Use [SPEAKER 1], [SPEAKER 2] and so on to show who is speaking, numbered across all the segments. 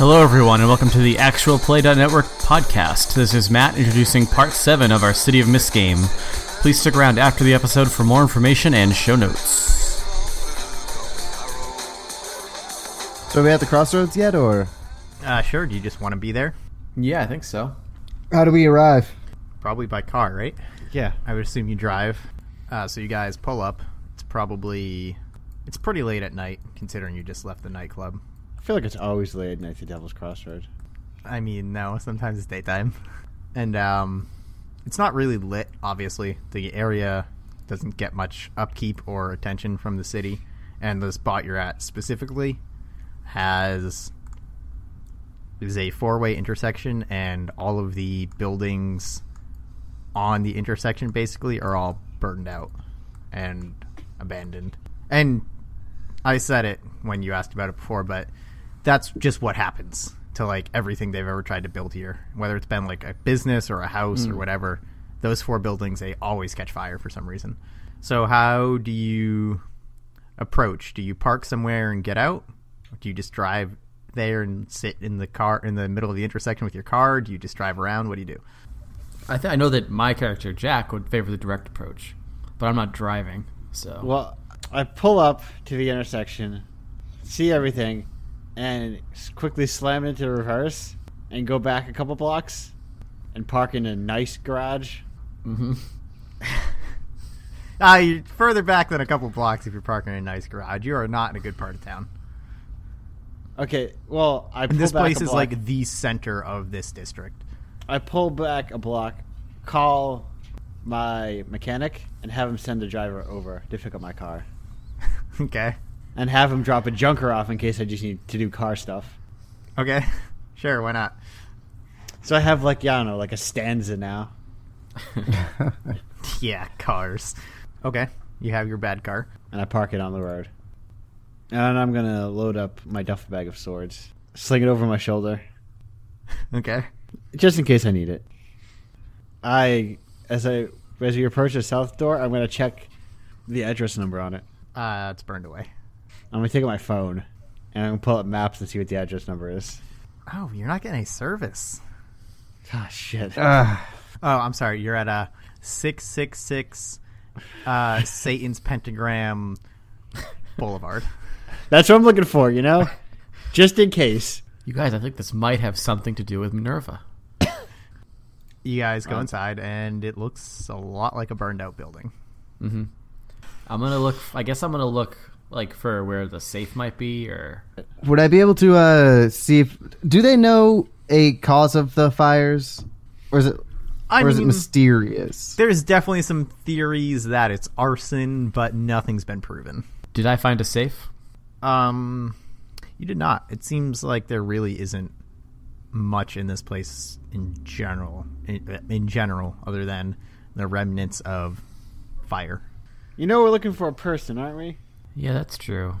[SPEAKER 1] Hello, everyone, and welcome to the Actual Play Network podcast. This is Matt introducing part 7 of our City of Mist game. Please stick around after the episode for more information and show notes.
[SPEAKER 2] So are we at the crossroads yet, or
[SPEAKER 3] Uh, sure. Do you just want to be there?
[SPEAKER 4] Yeah, I think so.
[SPEAKER 2] how do we arrive?
[SPEAKER 3] Probably by car, right?
[SPEAKER 4] Yeah.
[SPEAKER 3] I would assume you drive. Uh, so you guys pull up. It's probably it's pretty late at night, considering you just left the nightclub.
[SPEAKER 5] I feel like it's always late at night at the Devil's Crossroad.
[SPEAKER 3] I mean, no, sometimes it's daytime, and um, it's not really lit. Obviously, the area doesn't get much upkeep or attention from the city, and the spot you're at specifically has is a four-way intersection, and all of the buildings on the intersection basically are all burned out and abandoned. And I said it when you asked about it before, but that's just what happens to like everything they've ever tried to build here. Whether it's been like a business or a house or whatever, those four buildings they always catch fire for some reason. So how do you approach? Do you park somewhere and get out? Do you just drive there and sit in the car in the middle of the intersection with your car? Do you just drive around? What do you do?
[SPEAKER 1] I, th- I know that my character, Jack, would favor the direct approach, but I'm not driving, so.
[SPEAKER 5] Well, I pull up to the intersection, see everything, and s- quickly slam it into reverse and go back a couple blocks and park in a nice garage.
[SPEAKER 1] Mm-hmm.
[SPEAKER 3] Ah, you're further back than a couple blocks if you're parking in a nice garage. You are not in a good part of town.
[SPEAKER 5] Okay, well, I pull
[SPEAKER 3] And this
[SPEAKER 5] back
[SPEAKER 3] place
[SPEAKER 5] a
[SPEAKER 3] is
[SPEAKER 5] block.
[SPEAKER 3] like the center of this district.
[SPEAKER 5] I pull back a block, call my mechanic, and have him send the driver over to pick up my car,
[SPEAKER 3] okay.
[SPEAKER 5] and have him drop a junker off in case I just need to do car stuff.
[SPEAKER 3] Okay. Sure, why not?
[SPEAKER 5] So I have like yeah, I don't know, like a stanza now.
[SPEAKER 3] Yeah, cars. Okay. You have your bad car.
[SPEAKER 5] and I park it on the road. And I'm gonna load up my duffel bag of swords, sling it over my shoulder,
[SPEAKER 3] Okay.
[SPEAKER 5] just in case I need it. I, as I as we approach the south door, I'm gonna check the address number on it.
[SPEAKER 3] Uh, it's burned away.
[SPEAKER 5] I'm gonna take out my phone, and I'm gonna pull up maps and see what the address number is.
[SPEAKER 3] Oh, you're not getting a service.
[SPEAKER 5] Ah, shit.
[SPEAKER 3] Oh, I'm sorry. You're at a 666 uh, Satan's Pentagram Boulevard.
[SPEAKER 5] That's what I'm looking for, you know, just in case.
[SPEAKER 1] you guys, I think this might have something to do with Minerva.
[SPEAKER 3] You guys go inside, and it looks a lot like a burned out building.
[SPEAKER 1] Mm-hmm. I'm gonna look, I guess I'm gonna look, like, for where the safe might be, or.
[SPEAKER 2] Would I be able to uh, see if do they know a cause of the fires, or is it
[SPEAKER 3] I
[SPEAKER 2] or is it
[SPEAKER 3] mean,
[SPEAKER 2] mysterious?
[SPEAKER 3] there's definitely some theories that it's arson, but nothing's been proven.
[SPEAKER 1] Did I find a safe?
[SPEAKER 3] Um, you did not. It seems like there really isn't much in this place in general. In, in general, other than the remnants of fire.
[SPEAKER 5] You know, we're looking for a person, aren't we?
[SPEAKER 1] Yeah, that's true.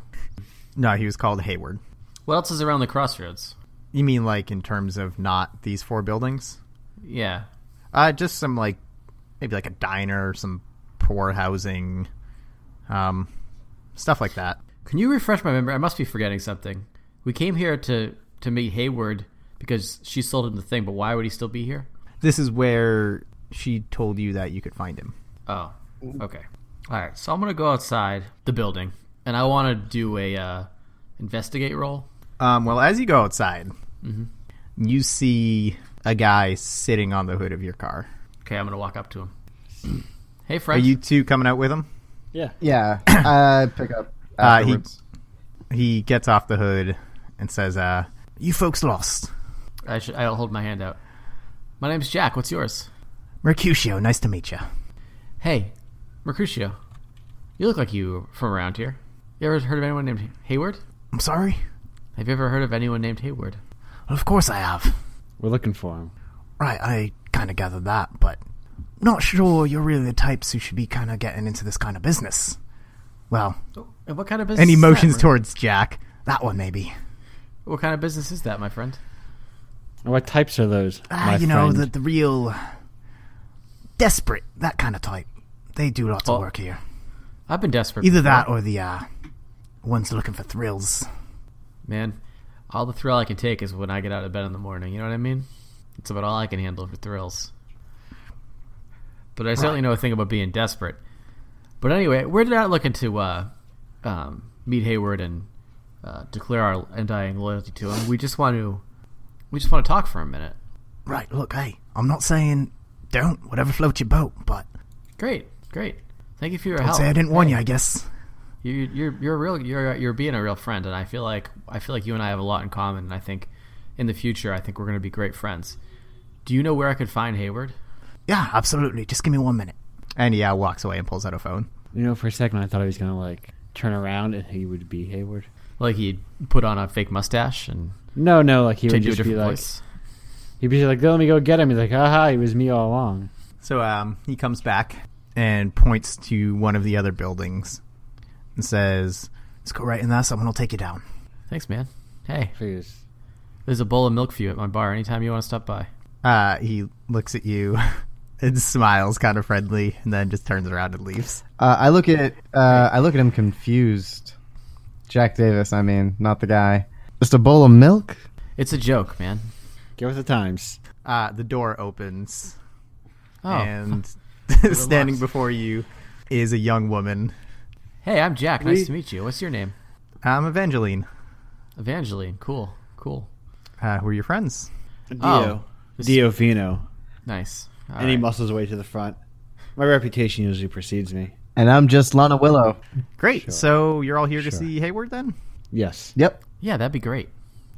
[SPEAKER 3] No, he was called Hayward.
[SPEAKER 1] What else is around the crossroads?
[SPEAKER 3] You mean like in terms of not these four buildings?
[SPEAKER 1] Yeah.
[SPEAKER 3] Uh, just some like maybe like a diner, some poor housing, um, stuff like that.
[SPEAKER 1] Can you refresh my memory? I must be forgetting something. We came here to to meet Hayward because she sold him the thing, but why would he still be here?
[SPEAKER 3] This is where she told you that you could find him.
[SPEAKER 1] Oh, okay. All right. So I'm gonna go outside the building, and I want to do a uh, investigate roll.
[SPEAKER 3] Um, well, as you go outside, you see a guy sitting on the hood of your car.
[SPEAKER 1] Okay, I'm gonna walk up to him. hey,
[SPEAKER 3] Are
[SPEAKER 1] Frank.
[SPEAKER 3] you two coming out with him?
[SPEAKER 5] Yeah.
[SPEAKER 2] Yeah, I pick up.
[SPEAKER 3] Uh, he-
[SPEAKER 2] afterwards.
[SPEAKER 3] He gets off the hood and says, uh, "You folks lost,
[SPEAKER 1] I should. I'll hold my hand out. My name's Jack. What's yours?
[SPEAKER 3] Mercutio. Nice to meet you."
[SPEAKER 1] Hey, Mercutio. You look like you were from around here. You ever heard of anyone named Hayward?
[SPEAKER 3] I'm sorry.
[SPEAKER 1] Have you ever heard of anyone named Hayward?
[SPEAKER 3] Of course I have.
[SPEAKER 5] We're looking for him.
[SPEAKER 3] Right, I kind of gathered that, but not sure you're really the types who should be kind of getting into this kind of business. Well,
[SPEAKER 1] Oh, And what kind of business?
[SPEAKER 3] any
[SPEAKER 1] is that,
[SPEAKER 3] motions
[SPEAKER 1] Mer-
[SPEAKER 3] towards Jack? That one maybe.
[SPEAKER 1] What kind of business is that, my friend?
[SPEAKER 5] And what types are those?
[SPEAKER 3] Ah,
[SPEAKER 5] my
[SPEAKER 3] you know,
[SPEAKER 5] friend?
[SPEAKER 3] the, the real desperate, that kind of type. They do lots
[SPEAKER 1] Oh.
[SPEAKER 3] of work here.
[SPEAKER 1] I've been desperate.
[SPEAKER 3] Either
[SPEAKER 1] before.
[SPEAKER 3] that or the uh, ones looking for thrills.
[SPEAKER 1] man, All the thrill I can take is when I get out of bed in the morning. You know what I mean? It's about all I can handle for thrills. But I certainly know a thing about being desperate. But anyway, we're not looking to uh, um, meet Hayward and uh, declare our undying loyalty to him. We just want to, we just want to talk for a minute.
[SPEAKER 3] Right, look, hey, I'm not saying don't, whatever floats your boat, but
[SPEAKER 1] Great, great. Thank you for your
[SPEAKER 3] I'd
[SPEAKER 1] help.
[SPEAKER 3] say I didn't warn you, I guess.
[SPEAKER 1] you, you're you're a real you're you're being a real friend, and I feel like I feel like you and I have a lot in common, and I think in the future I think we're going to be great friends. Do you know where I could find Hayward?
[SPEAKER 3] Yeah, absolutely. Just give me one minute. And yeah, walks away and pulls out a phone.
[SPEAKER 5] You know, for a second I thought he was gonna like turn around and he would be Hayward.
[SPEAKER 1] Like he put on a fake mustache and
[SPEAKER 5] No, no, like he would
[SPEAKER 1] change to a
[SPEAKER 5] just be
[SPEAKER 1] different
[SPEAKER 5] like
[SPEAKER 1] voice.
[SPEAKER 5] he'd be like, "Let me go get him." He's like, "Aha, it was me all along."
[SPEAKER 3] So um, he comes back and points to one of the other buildings and says, Let's go right in there, someone will take you down.
[SPEAKER 1] Thanks, man. Hey,
[SPEAKER 5] So he was-
[SPEAKER 1] there's a bowl of milk for you at my bar anytime you want to stop by.
[SPEAKER 3] Uh, he looks at you and smiles kind of friendly and then just turns around and leaves.
[SPEAKER 2] Uh, I look at uh, I look at him confused. Jack Davis, I mean, not the guy. Just a bowl of milk.
[SPEAKER 1] It's a joke, man.
[SPEAKER 5] Get with the times.
[SPEAKER 3] Uh, the door opens
[SPEAKER 1] Oh,
[SPEAKER 3] and standing
[SPEAKER 1] Relax.
[SPEAKER 3] before you is a young woman.
[SPEAKER 1] hey, I'm Jack. Nice
[SPEAKER 5] We-
[SPEAKER 1] to meet you. What's your name?
[SPEAKER 3] I'm Um, Evangeline.
[SPEAKER 1] Evangeline. Cool, cool,
[SPEAKER 3] Uh, who are your friends?
[SPEAKER 5] Dio,
[SPEAKER 1] Oh.
[SPEAKER 5] Dio Fino,
[SPEAKER 1] nice. All
[SPEAKER 5] and he
[SPEAKER 1] right.
[SPEAKER 5] muscles away to the front. My reputation usually precedes me.
[SPEAKER 2] And I'm just Lana Willow.
[SPEAKER 3] Great.
[SPEAKER 5] Sure.
[SPEAKER 3] So you're all here to
[SPEAKER 5] Sure.
[SPEAKER 3] see Hayward then?
[SPEAKER 5] Yes.
[SPEAKER 2] Yep.
[SPEAKER 1] Yeah, that'd be great.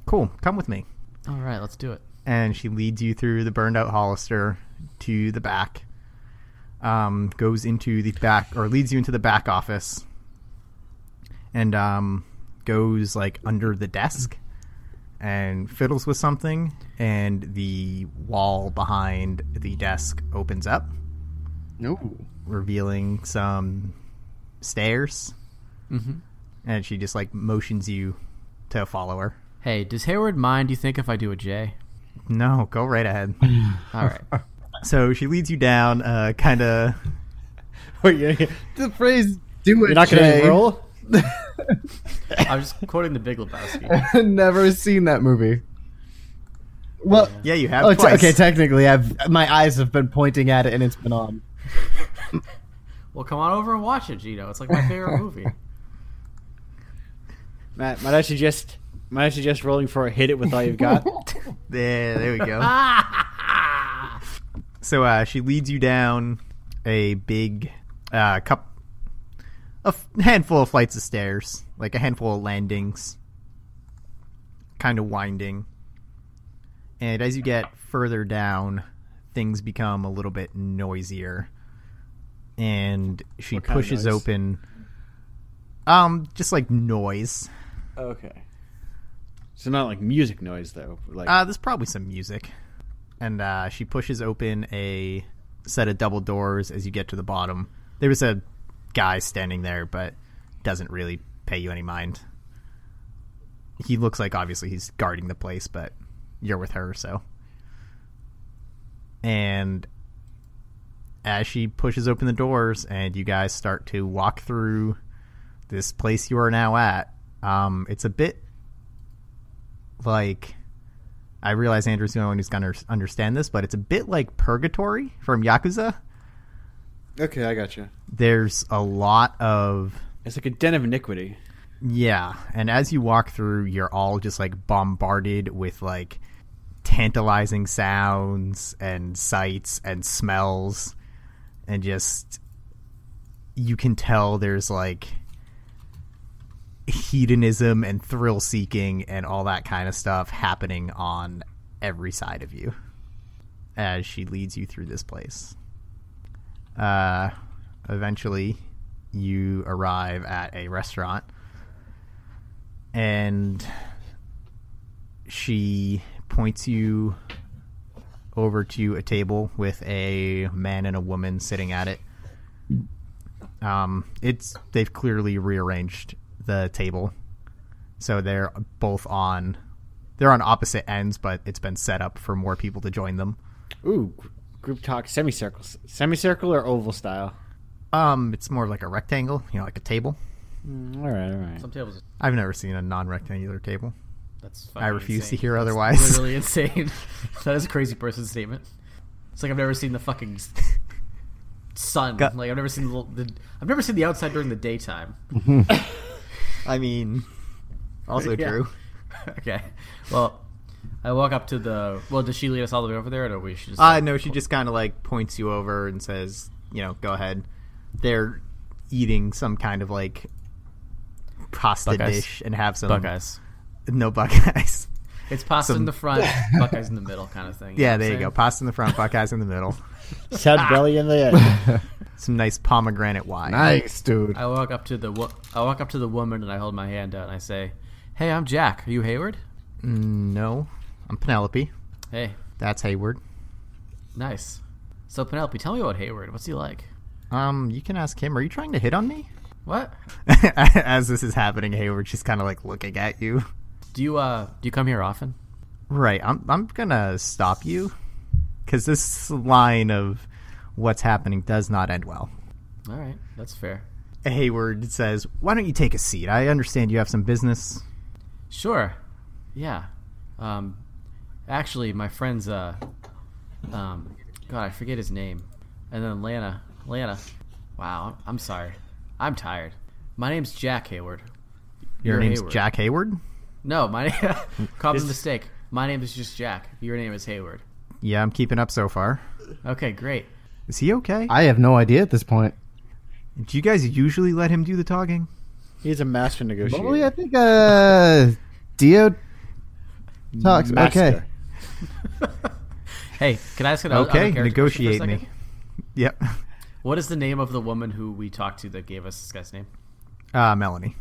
[SPEAKER 3] Cool. Come with me.
[SPEAKER 1] All right, let's do it.
[SPEAKER 3] And she leads you through the burned out Hollister to the back. Um, goes into the back or leads you into the back office. And um, goes like under the desk and fiddles with something and the wall behind the desk opens up,
[SPEAKER 2] No.
[SPEAKER 3] revealing some stairs.
[SPEAKER 5] Mm-hmm.
[SPEAKER 1] hmm
[SPEAKER 3] And she just like motions you to follow her.
[SPEAKER 1] Hey, does Hayward mind? Do you think if I do a J?
[SPEAKER 3] No, go right ahead.
[SPEAKER 1] All right.
[SPEAKER 3] So she leads you down, uh, kind of.
[SPEAKER 5] Wait, you- you're,
[SPEAKER 2] The phrase "do it."
[SPEAKER 5] not gonna
[SPEAKER 2] Jay.
[SPEAKER 5] roll?
[SPEAKER 1] I was quoting the Big Lebowski.
[SPEAKER 2] Never seen that movie. Well,
[SPEAKER 3] Yeah, you have
[SPEAKER 2] oh, te-
[SPEAKER 3] twice.
[SPEAKER 2] okay. Technically, I've my eyes have been pointing at it, and it's been on.
[SPEAKER 1] Well, come on over and watch it, Gino. It's like my favorite movie.
[SPEAKER 5] Matt, might I suggest might I suggest rolling for a hit it with all you've got?
[SPEAKER 3] there, there we go. so uh, she leads you down a big uh, cup, a f- handful of flights of stairs, like a handful of landings, kind of winding. And as you get further down, things become a little bit noisier. And she
[SPEAKER 5] What kind of
[SPEAKER 3] pushes
[SPEAKER 5] noise?
[SPEAKER 3] open, um, just like noise.
[SPEAKER 5] okay. So not like music noise though. Like
[SPEAKER 3] Uh, there's probably some music. And uh, she pushes open a set of double doors as you get to the bottom. There was a guy standing there, but doesn't really pay you any mind. He looks like obviously he's guarding the place, but you're with her, so. And as she pushes open the doors and you guys start to walk through this place you are now at, um, it's a bit like I realize Andrew's the only one who's going to understand this, but it's a bit like Purgatory from Yakuza.
[SPEAKER 5] okay, I got you.
[SPEAKER 3] There's a lot of
[SPEAKER 5] It's like a den of iniquity.
[SPEAKER 3] yeah, and as you walk through, you're all just like bombarded with like tantalizing sounds and sights and smells, and just you can tell there's like hedonism and thrill seeking and all that kind of stuff happening on every side of you as she leads you through this place. Uh, eventually, you arrive at a restaurant and she points you over to a table with a man and a woman sitting at it. Um, it's they've clearly rearranged the table, so they're both on they're on opposite ends, but it's been set up for more people to join them.
[SPEAKER 5] Ooh, gr- group talk semicircles. Semicircle or oval style?
[SPEAKER 3] Um, it's more of like a rectangle, you know, like a table.
[SPEAKER 5] Mm, all right, all right.
[SPEAKER 1] Some tables.
[SPEAKER 3] I've never seen a non-rectangular table.
[SPEAKER 1] That's
[SPEAKER 3] I
[SPEAKER 1] fucking
[SPEAKER 3] refuse to
[SPEAKER 1] insane.
[SPEAKER 3] hear
[SPEAKER 1] That's
[SPEAKER 3] otherwise.
[SPEAKER 1] Literally insane. that is a crazy person statement. It's like I've never seen the fucking s- sun.
[SPEAKER 3] Got-
[SPEAKER 1] like I've never seen the, the I've never seen the outside during the daytime.
[SPEAKER 3] I mean, also
[SPEAKER 1] Yeah.
[SPEAKER 3] true.
[SPEAKER 1] okay. Well, I walk up to the. Well, does she lead us all the way over there, or do we should just?
[SPEAKER 3] Uh, no, she just kind of like points you over and says, you know, go ahead. They're eating some kind of like pasta
[SPEAKER 1] Buckeyes.
[SPEAKER 3] dish and have some
[SPEAKER 1] Buckeyes.
[SPEAKER 3] No Buckeyes.
[SPEAKER 1] It's pasta in
[SPEAKER 3] Some-
[SPEAKER 1] the front, Buckeyes in the middle, kind of thing.
[SPEAKER 3] Yeah,
[SPEAKER 1] know what
[SPEAKER 3] there
[SPEAKER 1] I'm
[SPEAKER 3] you go.
[SPEAKER 1] saying?
[SPEAKER 3] Pasta in the front, Buckeyes in the middle.
[SPEAKER 5] Sad belly in the end.
[SPEAKER 3] Some nice pomegranate wine.
[SPEAKER 2] Nice, dude.
[SPEAKER 1] I walk up to the wo- I walk up to the woman and I hold my hand out and I say, "Hey, I'm Jack. Are you Hayward?
[SPEAKER 3] Mm, No, I'm Penelope.
[SPEAKER 1] Hey,
[SPEAKER 3] That's Hayward.
[SPEAKER 1] nice. So Penelope, tell me about Hayward. What's he like?
[SPEAKER 3] Um, you can ask him. Are you trying to hit on me?
[SPEAKER 1] What?
[SPEAKER 3] As this is happening, Hayward, she's kind of like looking at you.
[SPEAKER 1] Do you uh do you come here often?
[SPEAKER 3] Right. I'm I'm gonna stop you because this line of what's happening does not end well.
[SPEAKER 1] All right, that's fair.
[SPEAKER 3] Hayward says, "Why don't you take a seat? I understand you have some business."
[SPEAKER 1] Sure. Yeah. Um, actually, my friend's uh, um, God, I forget his name. And then Lana, Lana. Wow, I'm sorry. I'm tired. My name's Jack Hayward.
[SPEAKER 3] Your
[SPEAKER 1] You're
[SPEAKER 3] name's
[SPEAKER 1] Hayward.
[SPEAKER 3] Jack Hayward.
[SPEAKER 1] No, my common
[SPEAKER 5] This-
[SPEAKER 1] mistake. My name is just Jack. Your name is Hayward.
[SPEAKER 3] Yeah, I'm keeping up so far.
[SPEAKER 1] Okay, great.
[SPEAKER 3] Is he okay?
[SPEAKER 2] I have no idea at this point.
[SPEAKER 3] do you guys usually let him do the talking?
[SPEAKER 5] He's a master negotiator.
[SPEAKER 2] Probably, I think uh, Dio talks.
[SPEAKER 5] Master.
[SPEAKER 2] Okay,
[SPEAKER 1] hey, can I ask an character
[SPEAKER 3] okay,
[SPEAKER 1] question for a
[SPEAKER 3] negotiate me.
[SPEAKER 1] second?
[SPEAKER 3] Yep.
[SPEAKER 1] What is the name of the woman who we talked to that gave us this guy's name?
[SPEAKER 3] Uh, Melanie.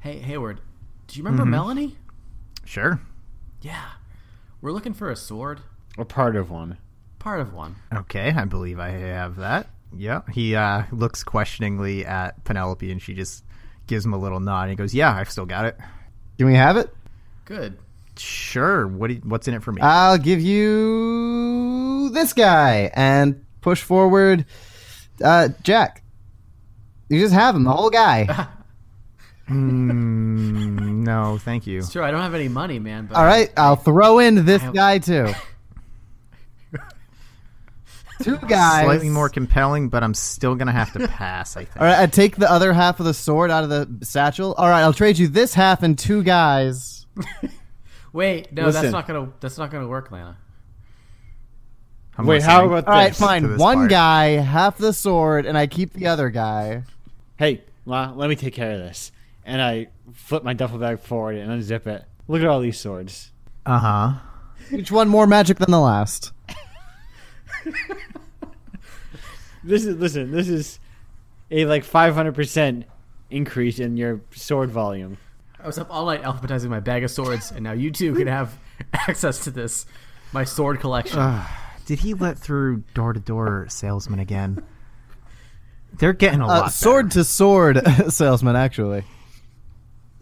[SPEAKER 1] Hey, Hayward. Do you remember
[SPEAKER 3] Mhm.
[SPEAKER 1] Melanie?
[SPEAKER 3] Sure.
[SPEAKER 1] Yeah. We're looking for a sword.
[SPEAKER 5] Or part of one.
[SPEAKER 1] Part of one.
[SPEAKER 3] Okay, I believe I have that. Yeah. He uh, looks questioningly at Penelope, and she just gives him a little nod. And he goes, "Yeah, I've still got it."
[SPEAKER 2] can we have it?
[SPEAKER 1] Good.
[SPEAKER 3] Sure. What? do- what's in it for me?
[SPEAKER 2] I'll give you this guy and push forward, uh, Jack. You just have him, the whole guy.
[SPEAKER 3] Mm, no, thank you.
[SPEAKER 1] Sure, I don't have any money, man. But
[SPEAKER 2] All right, I'll throw in this
[SPEAKER 1] I-
[SPEAKER 2] guy too. Two guys.
[SPEAKER 3] Slightly more compelling, but I'm still gonna have to pass. I think.
[SPEAKER 2] All right, I take the other half of the sword out of the satchel. All right, I'll trade you this half and two guys.
[SPEAKER 1] Wait, no, that's
[SPEAKER 5] Listen.
[SPEAKER 1] not gonna that's not gonna work, Lana.
[SPEAKER 3] I'm
[SPEAKER 5] Wait,
[SPEAKER 3] listening.
[SPEAKER 5] how about
[SPEAKER 2] All right,
[SPEAKER 5] this?
[SPEAKER 3] to this
[SPEAKER 2] fine. One
[SPEAKER 3] part.
[SPEAKER 2] guy, half the sword, and I keep the other guy.
[SPEAKER 5] Hey, Ma, let me take care of this. And I flip my duffel bag forward and unzip it. Look at all these swords.
[SPEAKER 3] Uh huh.
[SPEAKER 2] Each one more magic than the last.
[SPEAKER 5] This is listen. This is a like five hundred percent increase in your sword volume.
[SPEAKER 1] I was up all night alphabetizing my bag of swords, and now you two can have access to this, my sword collection.
[SPEAKER 3] Did he let through door to door salesman again? They're getting a
[SPEAKER 2] Uh,
[SPEAKER 3] lot.
[SPEAKER 2] sword to sword salesman, actually.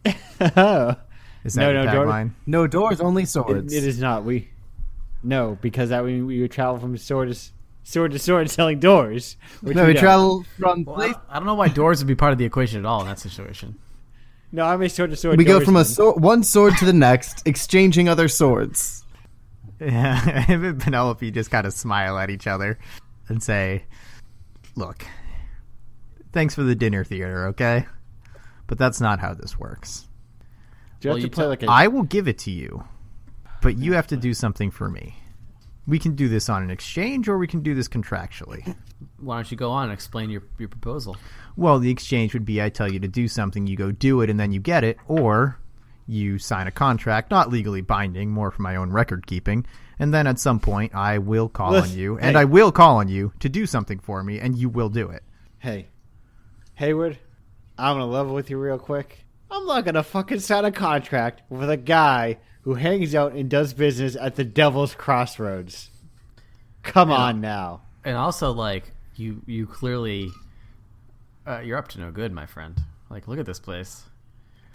[SPEAKER 5] no,
[SPEAKER 3] better. Is that
[SPEAKER 5] No,
[SPEAKER 3] your
[SPEAKER 5] no, door to-
[SPEAKER 3] tagline?
[SPEAKER 2] No doors, only
[SPEAKER 5] it,
[SPEAKER 2] swords.
[SPEAKER 5] it is not. We no, because that we, we would travel from sword to s- sword to sword selling doors. which
[SPEAKER 2] No, we
[SPEAKER 5] don't.
[SPEAKER 2] travel from
[SPEAKER 1] Well, I,
[SPEAKER 2] place.
[SPEAKER 1] don't, I don't know why doors would be part of the equation at all in that situation.
[SPEAKER 5] No, I'm a sword to sword.
[SPEAKER 2] We go from a
[SPEAKER 5] swordsman.
[SPEAKER 2] sword, one sword to the next, exchanging other swords.
[SPEAKER 3] Yeah, him and Penelope just kind of smile at each other and say, "Look, thanks for the dinner theater, okay? But that's not how this works.
[SPEAKER 5] Do you
[SPEAKER 1] Well,
[SPEAKER 5] have
[SPEAKER 1] you
[SPEAKER 5] to play
[SPEAKER 1] tell-
[SPEAKER 5] like a
[SPEAKER 3] I will give it to you, but you have to do something for me. We can do this on an exchange, or we can do this contractually.
[SPEAKER 1] Why don't you go on and explain your, your proposal?
[SPEAKER 3] Well, the exchange would be I tell you to do something, you go do it, and then you get it, or you sign a contract, not legally binding, more for my own record keeping. And then at some point, I will call on
[SPEAKER 5] Listen,
[SPEAKER 3] you, and
[SPEAKER 5] hey.
[SPEAKER 3] I will call on you to do something for me, and you will do it.
[SPEAKER 5] hey, Hayward. I'm gonna level with you real quick. I'm not gonna fucking sign a contract with a guy who hangs out and does business at the Devil's Crossroads. Come on now.
[SPEAKER 1] And also, like you, you clearly, uh, you're up to no good, my friend. Like, look at this place.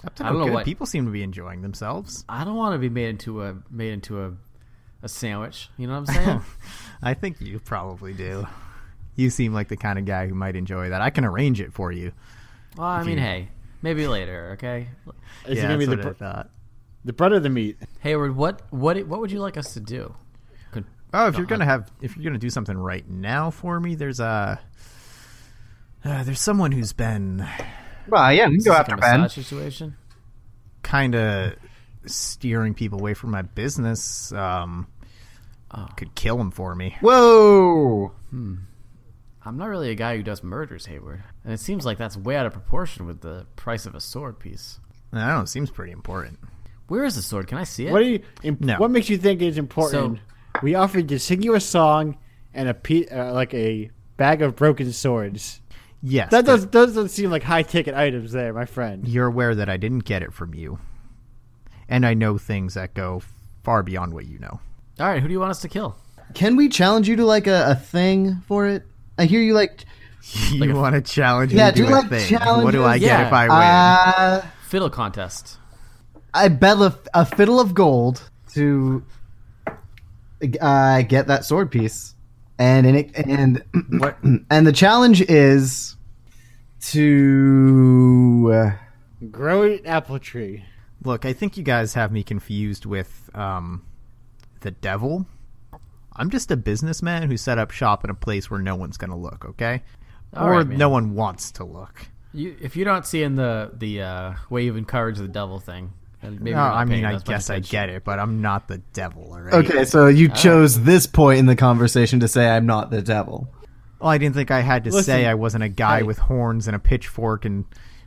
[SPEAKER 3] Up to
[SPEAKER 1] I
[SPEAKER 3] no
[SPEAKER 1] don't know
[SPEAKER 3] good.
[SPEAKER 1] what-
[SPEAKER 3] People seem to be enjoying themselves.
[SPEAKER 1] I don't want to be made into a made into a a sandwich. You know what I'm saying?
[SPEAKER 3] I think you probably do. You seem like the kind of guy who might enjoy that. I can arrange it for you.
[SPEAKER 1] well, I mean,
[SPEAKER 3] you-
[SPEAKER 1] hey, maybe later, okay?
[SPEAKER 5] Is
[SPEAKER 3] yeah,
[SPEAKER 5] it gonna be the
[SPEAKER 3] that's what I
[SPEAKER 5] per-
[SPEAKER 3] thought.
[SPEAKER 5] The bread or the meat?
[SPEAKER 1] Hayward, what what what would you like us to do? Could,
[SPEAKER 3] Oh, if
[SPEAKER 1] No,
[SPEAKER 3] you're gonna
[SPEAKER 1] I-
[SPEAKER 3] have, if you're gonna do something right now for me, there's a, uh, there's someone who's been
[SPEAKER 2] Well, yeah, we can
[SPEAKER 1] is
[SPEAKER 2] go
[SPEAKER 1] this
[SPEAKER 2] after
[SPEAKER 1] like a
[SPEAKER 2] Ben.
[SPEAKER 1] massage situation.
[SPEAKER 3] kind of steering people away from my business. Um,
[SPEAKER 1] Oh.
[SPEAKER 3] could kill him for me.
[SPEAKER 2] Whoa!
[SPEAKER 1] I'm not really a guy who does murders, Hayward, and it seems like that's way out of proportion with the price of a sword piece.
[SPEAKER 3] I don't know. It seems pretty important.
[SPEAKER 1] Where is the sword? Can I see it?
[SPEAKER 5] What do you? Imp-
[SPEAKER 3] No.
[SPEAKER 5] What makes you think it's important? we offered to sing you a song and a pe- uh, like a bag of broken swords.
[SPEAKER 3] Yes,
[SPEAKER 5] That
[SPEAKER 3] but
[SPEAKER 5] does doesn't seem like high ticket items, there, my friend.
[SPEAKER 3] You're aware that I didn't get it from you, and I know things that go far beyond what you know.
[SPEAKER 1] All right, who do you want us to kill?
[SPEAKER 2] Can we challenge you to like a, a thing for it? I hear you like.
[SPEAKER 3] You want to challenge
[SPEAKER 2] Yeah,
[SPEAKER 3] me to
[SPEAKER 2] do
[SPEAKER 3] a
[SPEAKER 2] like
[SPEAKER 3] thing? What do
[SPEAKER 1] challenges.
[SPEAKER 3] I get
[SPEAKER 1] Yeah.
[SPEAKER 3] if I win?
[SPEAKER 2] Uh,
[SPEAKER 1] Fiddle contest.
[SPEAKER 2] I bet a, a fiddle of gold to uh, get that sword piece, and in it, and
[SPEAKER 3] What-
[SPEAKER 2] and the challenge is to uh,
[SPEAKER 5] Grow an apple tree.
[SPEAKER 3] Look, I think you guys have me confused with um, the devil. I'm just a businessman who set up shop in a place where no one's going to look, okay?
[SPEAKER 1] All
[SPEAKER 3] or
[SPEAKER 1] right, man.
[SPEAKER 3] no one wants to look.
[SPEAKER 1] You, if you're not seeing the the uh, way you've encouraged the devil thing, then maybe you're
[SPEAKER 3] No,
[SPEAKER 1] not
[SPEAKER 3] I
[SPEAKER 1] paying
[SPEAKER 3] mean, I
[SPEAKER 1] as much
[SPEAKER 3] guess I
[SPEAKER 1] attention.
[SPEAKER 3] get it, but I'm not the devil, all right?
[SPEAKER 2] okay. So
[SPEAKER 1] Ah.
[SPEAKER 2] you chose this point in the conversation to say I'm not the devil.
[SPEAKER 3] Well, I didn't think I had to
[SPEAKER 5] Listen,
[SPEAKER 3] say I wasn't a guy
[SPEAKER 5] hey.
[SPEAKER 3] with horns and a pitchfork and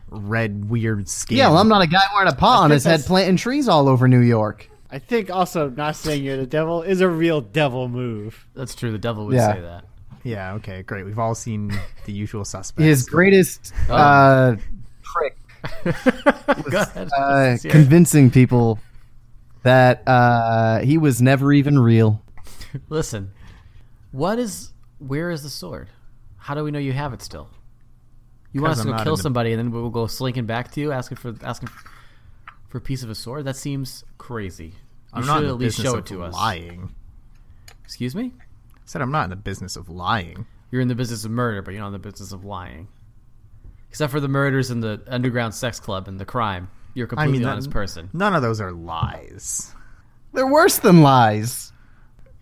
[SPEAKER 3] red, weird skin.
[SPEAKER 2] Yeah, well, I'm not a guy wearing a paw on
[SPEAKER 5] think
[SPEAKER 2] his head
[SPEAKER 5] that's-
[SPEAKER 2] planting trees all over New York.
[SPEAKER 5] I think also not saying you're the devil is a real devil move.
[SPEAKER 1] That's true. The devil would
[SPEAKER 2] Yeah.
[SPEAKER 1] say that.
[SPEAKER 3] Yeah, okay, great. We've all seen the usual suspects.
[SPEAKER 2] His greatest
[SPEAKER 1] Oh.
[SPEAKER 2] uh, trick
[SPEAKER 1] Go ahead.
[SPEAKER 2] uh,
[SPEAKER 1] Let's hear it.
[SPEAKER 2] convincing people that uh, he was never even real.
[SPEAKER 1] Listen, what is? Where is the sword? How do we know you have it still? You want
[SPEAKER 3] 'Cause
[SPEAKER 1] us
[SPEAKER 3] I'm
[SPEAKER 1] to go
[SPEAKER 3] not
[SPEAKER 1] kill
[SPEAKER 3] in the-
[SPEAKER 1] somebody and then we'll go slinking back to you asking for asking for a piece of a sword? That seems crazy. You
[SPEAKER 3] I'm
[SPEAKER 1] should
[SPEAKER 3] not in the
[SPEAKER 1] at least
[SPEAKER 3] business
[SPEAKER 1] show
[SPEAKER 3] of
[SPEAKER 1] it to us.
[SPEAKER 3] lying.
[SPEAKER 1] Excuse me.
[SPEAKER 3] I said I'm not in the business of lying.
[SPEAKER 1] You're in the business of murder, but you're not in the business of lying. Except for the murders in the underground sex club and the crime, you're a
[SPEAKER 3] I
[SPEAKER 1] completely
[SPEAKER 3] mean, that-
[SPEAKER 1] honest person.
[SPEAKER 3] None of those are lies.
[SPEAKER 2] They're worse than lies.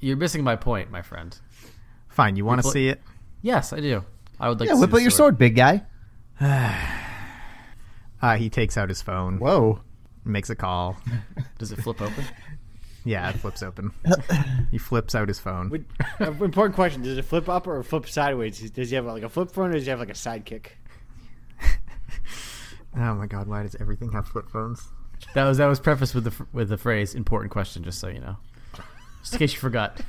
[SPEAKER 1] You're missing my point, my friend.
[SPEAKER 3] Fine, you want to
[SPEAKER 1] Repl-
[SPEAKER 3] see it?
[SPEAKER 1] Yes, I do. I would like
[SPEAKER 2] Yeah,
[SPEAKER 1] to see
[SPEAKER 2] whip
[SPEAKER 1] the
[SPEAKER 2] out your sword, big guy.
[SPEAKER 3] Uh, he takes out his phone,
[SPEAKER 2] Whoa.
[SPEAKER 3] makes a call.
[SPEAKER 1] Does it flip open?
[SPEAKER 3] Yeah, it flips open. he flips out his phone.
[SPEAKER 5] Would- uh, important question: Does it flip up or flip sideways? Does he have like a flip phone or does he have like a sidekick?
[SPEAKER 3] Oh my god, why does everything have flip phones?
[SPEAKER 1] That was that was prefaced with the ph- with the phrase "important question," just so you know, just in case you forgot.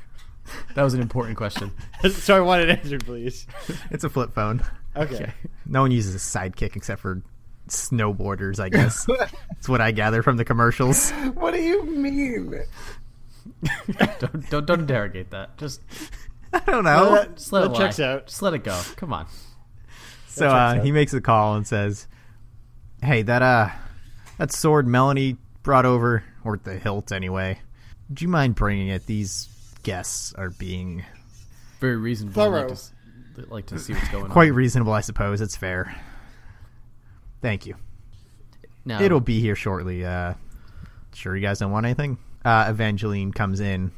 [SPEAKER 1] That was an important question.
[SPEAKER 5] so I want an answer, please.
[SPEAKER 3] It's a flip phone.
[SPEAKER 5] Okay.
[SPEAKER 1] Okay.
[SPEAKER 3] No one uses a sidekick except for snowboarders, I guess. That's what I gather from the commercials.
[SPEAKER 2] what do you mean?
[SPEAKER 1] don't don't don't derogate that. Just
[SPEAKER 3] I don't
[SPEAKER 5] Well,
[SPEAKER 3] know.
[SPEAKER 5] that-
[SPEAKER 1] just let it
[SPEAKER 5] That
[SPEAKER 1] lie.
[SPEAKER 5] checks out.
[SPEAKER 1] Just let it go. Come on.
[SPEAKER 3] So
[SPEAKER 5] that
[SPEAKER 3] uh,
[SPEAKER 5] checks
[SPEAKER 3] he
[SPEAKER 5] out.
[SPEAKER 3] makes a call and says, "Hey, that uh, that sword Melanie brought over, or the hilt anyway. Do you mind bringing it? These guests are being
[SPEAKER 1] Very reasonable. I'd Like to,
[SPEAKER 5] Thorough.
[SPEAKER 1] s- like to see what's going on.
[SPEAKER 3] quite reasonable, I suppose. It's fair. Thank you.
[SPEAKER 1] Now,
[SPEAKER 3] It'll be here shortly. Uh, sure, you guys don't want anything. Uh, Evangeline comes in,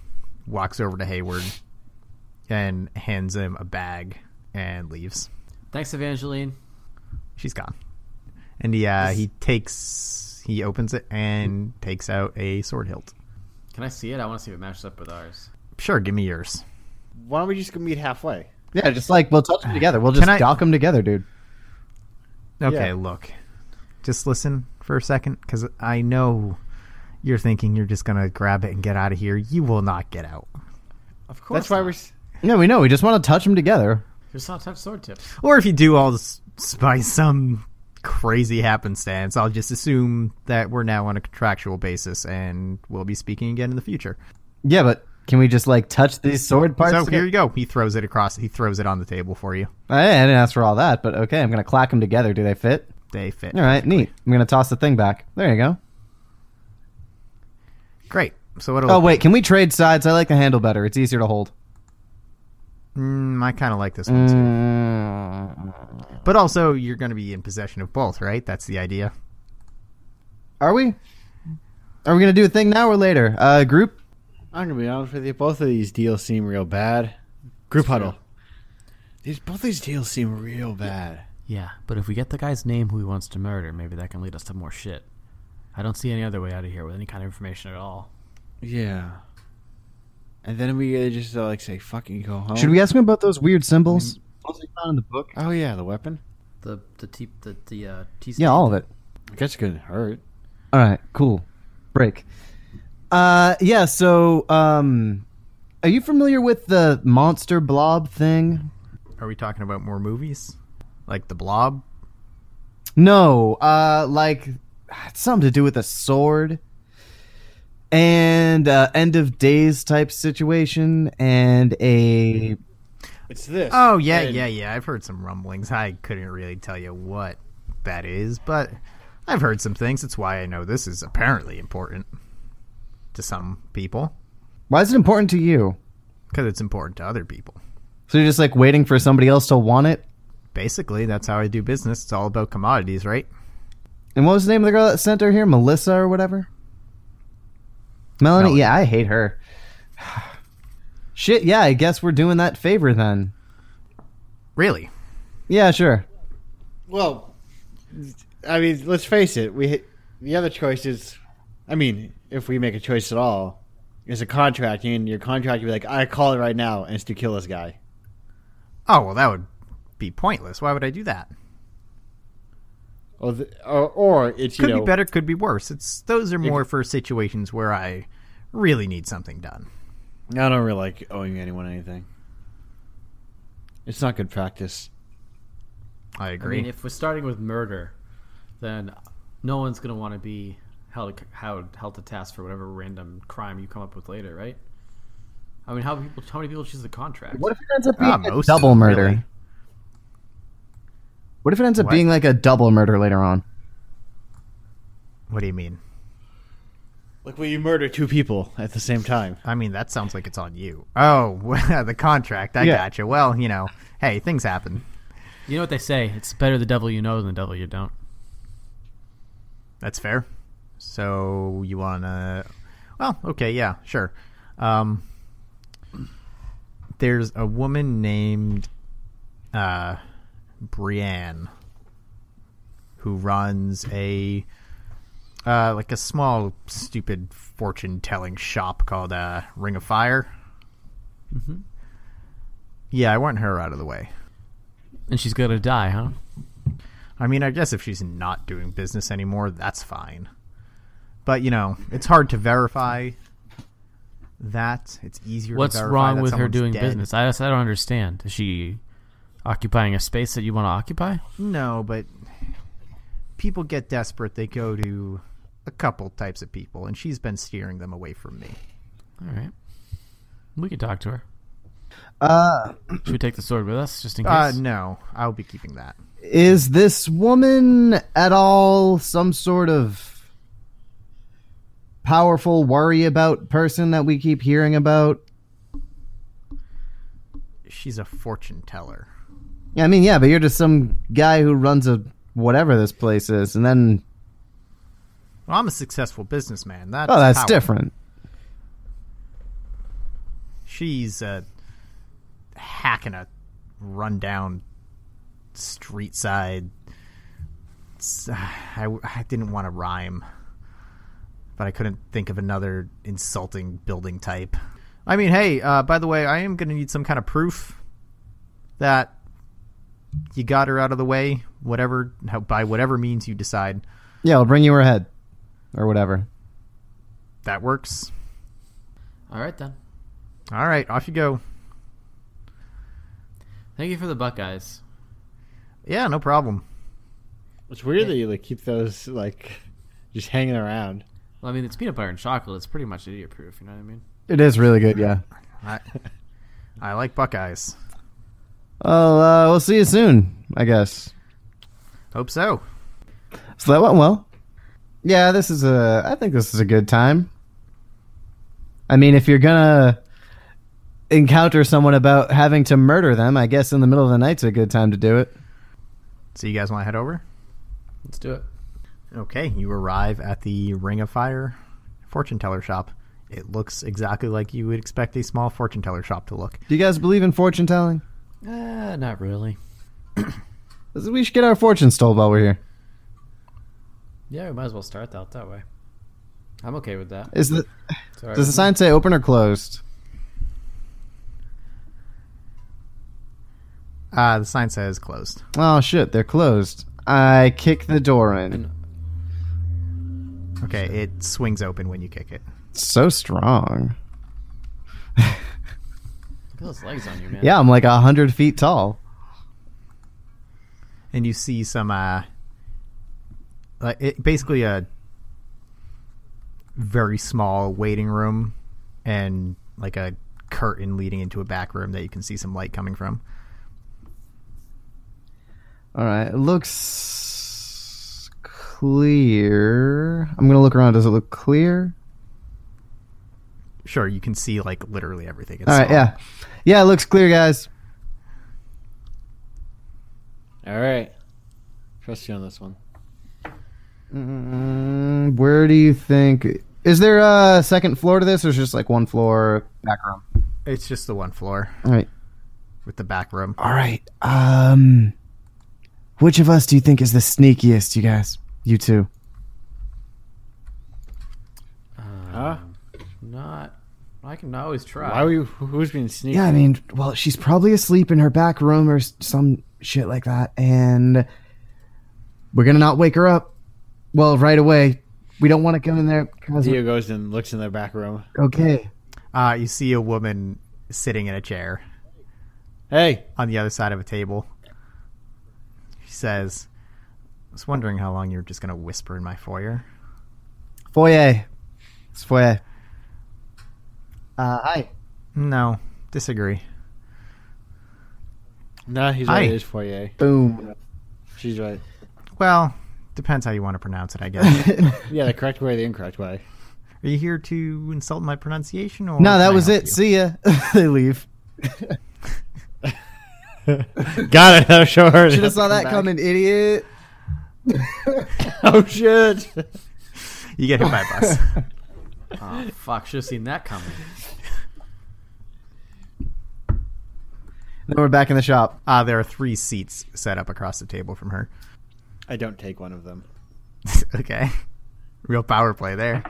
[SPEAKER 3] walks over to Hayward, and hands him a bag and leaves.
[SPEAKER 1] Thanks, Evangeline.
[SPEAKER 3] She's gone. And he uh, he takes he opens it and takes out a sword hilt.
[SPEAKER 1] Can I see it? I want to see if it matches up with ours.
[SPEAKER 3] Sure, give me yours.
[SPEAKER 5] Why don't we just go meet halfway?
[SPEAKER 2] Yeah, just like we'll touch them together. We'll just
[SPEAKER 3] Can I-
[SPEAKER 2] dock them together, dude.
[SPEAKER 3] Okay,
[SPEAKER 5] Yeah.
[SPEAKER 3] look. Just listen for a second cuz I know you're thinking you're just going to grab it and get out of here. You will not get out.
[SPEAKER 1] Of course.
[SPEAKER 5] That's why
[SPEAKER 1] not.
[SPEAKER 5] we're. s-
[SPEAKER 2] Yeah, we know. We just want to touch them together.
[SPEAKER 1] Your soft have sword tips.
[SPEAKER 3] Or if you do all this by some crazy happenstance, I'll just assume that we're now on a contractual basis and we'll be speaking again in the future.
[SPEAKER 2] Yeah, but can we just like touch these sword parts?
[SPEAKER 3] So
[SPEAKER 2] together?
[SPEAKER 3] here you go. He throws it across. He throws it on the table for you.
[SPEAKER 2] I didn't ask for all that, but okay, I'm gonna clack them together. Do they fit?
[SPEAKER 3] They fit.
[SPEAKER 2] All right, neat. I'm gonna toss the thing back. There you go.
[SPEAKER 3] Great. So what'll
[SPEAKER 2] Oh wait, can we trade sides? I like the handle better. It's easier to hold.
[SPEAKER 3] Mm, I kind of like this one too.
[SPEAKER 2] Mm.
[SPEAKER 3] But also, you're going to be in possession of both, right? That's the idea.
[SPEAKER 2] Are we? Are we gonna do a thing now or later? Uh, group.
[SPEAKER 5] I'm gonna be honest with you. Both of these deals seem real bad. Group huddle. These both these deals seem real bad.
[SPEAKER 1] Yeah, but if we get the guy's name who he wants to murder, maybe that can lead us to more shit. I don't see any other way out of here with any kind of information at all.
[SPEAKER 5] Yeah. And then we uh, just uh, like say fucking go home.
[SPEAKER 2] Should we ask him about those weird symbols? Those they found in the book.
[SPEAKER 5] Oh yeah, the weapon.
[SPEAKER 1] The the t the the uh, t
[SPEAKER 2] Yeah, all of it.
[SPEAKER 5] I guess it couldn't hurt.
[SPEAKER 2] All right, cool. Break. Uh, yeah. So, um, are you familiar with the monster blob thing?
[SPEAKER 3] Are we talking about more movies? Like The Blob?
[SPEAKER 2] No. Uh, like it's something to do with a sword and uh, end of days type situation and a
[SPEAKER 5] It's this.
[SPEAKER 3] Oh, yeah, yeah, yeah. I've heard some rumblings. I couldn't really tell you what that is, but I've heard some things. That's why I know this is apparently important to some people
[SPEAKER 2] Why is it important to you?
[SPEAKER 3] because it's important to other people.
[SPEAKER 2] So you're just like waiting for somebody else to want it?
[SPEAKER 3] Basically, that's how I do business. It's all about commodities, right?
[SPEAKER 2] And what was the name of the girl that sent her here? Melissa or whatever? Melanie?
[SPEAKER 3] Melanie.
[SPEAKER 2] Yeah, I hate her. Shit, yeah, I guess we're doing that favor then.
[SPEAKER 3] Really?
[SPEAKER 2] Yeah, sure.
[SPEAKER 5] Well, I mean, let's face it. We the other choice is, I mean, if we make a choice at all, is a contract, and your contract would be like, I call it right now, and it's to kill this guy.
[SPEAKER 3] Oh, well, that would be pointless. Why would I do that?
[SPEAKER 5] Or, the, or, or it's you
[SPEAKER 3] Could
[SPEAKER 5] know,
[SPEAKER 3] be better, could be worse. It's those are more for situations where I really need something done.
[SPEAKER 5] I don't really like owing anyone anything. It's not good practice.
[SPEAKER 3] I
[SPEAKER 1] I
[SPEAKER 3] agree.
[SPEAKER 1] mean, if we're starting with murder, then no one's gonna want to be held held held to task for whatever random crime you come up with later, right? I mean, how people how many people choose the contract?
[SPEAKER 2] What if it ends up being
[SPEAKER 3] Ah,
[SPEAKER 2] a
[SPEAKER 3] most,
[SPEAKER 2] double murder?
[SPEAKER 3] really.
[SPEAKER 2] What if it ends up
[SPEAKER 3] What?
[SPEAKER 2] being like a double murder later on?
[SPEAKER 3] what do you mean?
[SPEAKER 5] Like, will you murder two people at the same time?
[SPEAKER 3] I mean, that sounds like it's on you. Oh, the contract. I
[SPEAKER 2] Yeah.
[SPEAKER 3] gotcha. Well, you know, hey, things happen.
[SPEAKER 1] You know what they say? It's better the devil you know than the devil you don't.
[SPEAKER 3] That's fair. So you wanna? Well, okay, yeah, sure. Um, there's a woman named uh, Brienne who runs a uh, like a small stupid fortune telling shop called uh, Ring of Fire. Yeah, I want her out of the way.
[SPEAKER 1] And she's gonna die, huh?
[SPEAKER 3] I mean, I guess if she's not doing business anymore, that's fine. But you know, it's hard to verify that. It's easier.
[SPEAKER 1] What's
[SPEAKER 3] to verify
[SPEAKER 1] wrong
[SPEAKER 3] that
[SPEAKER 1] with her
[SPEAKER 3] someone's
[SPEAKER 1] doing
[SPEAKER 3] dead.
[SPEAKER 1] business? I just, I don't understand. Is she occupying a space that you want to occupy?
[SPEAKER 3] No, but people get desperate. They go to a couple types of people, and she's been steering them away from me.
[SPEAKER 1] All right, we can talk to her.
[SPEAKER 2] Uh,
[SPEAKER 1] Should we take the sword with us just in case?
[SPEAKER 3] Uh, no, I'll be keeping that.
[SPEAKER 2] is this woman at all some sort of powerful worry about person that we keep hearing about?
[SPEAKER 3] She's a fortune teller.
[SPEAKER 2] Yeah, I mean, yeah, but you're just some guy who runs a whatever this place is, and then
[SPEAKER 3] Well, I'm a successful businessman. That's
[SPEAKER 2] oh, that's
[SPEAKER 3] power.
[SPEAKER 2] different.
[SPEAKER 3] She's a hack in a rundown street side. s- I, I didn't want to rhyme, but I couldn't think of another insulting building type. I mean, hey, uh, by the way, I am going to need some kind of proof that you got her out of the way, whatever how, by whatever means you decide.
[SPEAKER 2] Yeah, I'll bring you her head, or whatever.
[SPEAKER 3] That works.
[SPEAKER 1] All right then.
[SPEAKER 3] All right, off you go.
[SPEAKER 1] Thank you for the Buckeyes.
[SPEAKER 3] Yeah, no problem.
[SPEAKER 5] It's weird that you like keep those like just hanging around.
[SPEAKER 1] Well, I mean, it's peanut butter and chocolate. It's pretty much idiot proof. You know what I mean?
[SPEAKER 2] It is really good, yeah.
[SPEAKER 3] I, I like Buckeyes.
[SPEAKER 2] Well, uh, we'll see you soon, I guess.
[SPEAKER 3] Hope so.
[SPEAKER 2] So that went well. Yeah, this is a. I think this is a good time. I mean, if you're gonna encounter someone about having to murder them, I guess in the middle of the night's a good time to do it.
[SPEAKER 3] So you guys want to head over?
[SPEAKER 1] Let's do it.
[SPEAKER 3] Okay, you arrive at the Ring of Fire fortune teller shop. It looks exactly like you would expect a small fortune teller shop to look.
[SPEAKER 2] Do you guys believe in fortune telling?
[SPEAKER 1] Uh, not really.
[SPEAKER 2] We should get our fortunes told while we're here.
[SPEAKER 1] Yeah, we might as well start out that way. I'm okay with that.
[SPEAKER 2] Is the
[SPEAKER 1] It's all right
[SPEAKER 2] does
[SPEAKER 1] with
[SPEAKER 2] the
[SPEAKER 1] me.
[SPEAKER 2] sign say open or closed?
[SPEAKER 3] Uh, the sign says closed.
[SPEAKER 2] Oh shit, they're closed. I kick the door in.
[SPEAKER 3] Okay, it swings open when you kick it.
[SPEAKER 2] So strong.
[SPEAKER 1] Look at those legs on you, man.
[SPEAKER 2] Yeah, I'm like a hundred feet tall.
[SPEAKER 3] and you see some uh like it, basically a very small waiting room and like a curtain leading into a back room that you can see some light coming from
[SPEAKER 2] All right, it looks clear. I'm gonna look around. Does it look clear?
[SPEAKER 3] sure you can see like literally everything it's
[SPEAKER 2] All right,
[SPEAKER 3] small.
[SPEAKER 2] yeah, yeah, it looks clear, guys.
[SPEAKER 5] All right. Trust you on this one.
[SPEAKER 2] Mm, where do you think? Is there a second floor to this, or is just like one floor back room?
[SPEAKER 3] it's just the one floor
[SPEAKER 2] All right,
[SPEAKER 3] with the back room
[SPEAKER 2] all right. Um, which of us do you think is the sneakiest, you guys? You two.
[SPEAKER 1] Um,
[SPEAKER 5] Huh?
[SPEAKER 1] Not. I can always try.
[SPEAKER 5] Why were you? Who's being sneaky?
[SPEAKER 2] Yeah, I mean, well, she's probably asleep in her back room or s- some shit like that, and we're gonna not wake her up. Well, right away. We don't want to come in there. 'cause-
[SPEAKER 5] Theo goes and looks in their back room.
[SPEAKER 2] Okay.
[SPEAKER 3] uh you see a woman sitting in a chair
[SPEAKER 5] Hey,
[SPEAKER 3] on the other side of a table she says i was wondering how long you were just going to whisper in my foyer
[SPEAKER 2] Foyer. It's foyer. Uh, hi.
[SPEAKER 3] no disagree
[SPEAKER 5] nah, he's right.
[SPEAKER 3] Hi.
[SPEAKER 5] It is Foyer.
[SPEAKER 2] Boom.
[SPEAKER 5] She's right.
[SPEAKER 3] Well, depends how you want to pronounce it, I guess.
[SPEAKER 5] Yeah, the correct way, the incorrect way.
[SPEAKER 3] Are you here to insult my pronunciation? Or
[SPEAKER 2] no,
[SPEAKER 3] can
[SPEAKER 2] that
[SPEAKER 3] I
[SPEAKER 2] was
[SPEAKER 3] help
[SPEAKER 2] it.
[SPEAKER 3] you?
[SPEAKER 2] See ya. they leave.
[SPEAKER 5] Got it. I'm sure.
[SPEAKER 2] Should have saw that coming, idiot.
[SPEAKER 5] Oh shit!
[SPEAKER 3] you get hit by a bus.
[SPEAKER 1] Oh, fuck. Should have seen that coming.
[SPEAKER 2] Then we're back in the shop.
[SPEAKER 3] uh, there are three seats set up across the table from her.
[SPEAKER 5] I don't take one of them.
[SPEAKER 3] okay, real power play there.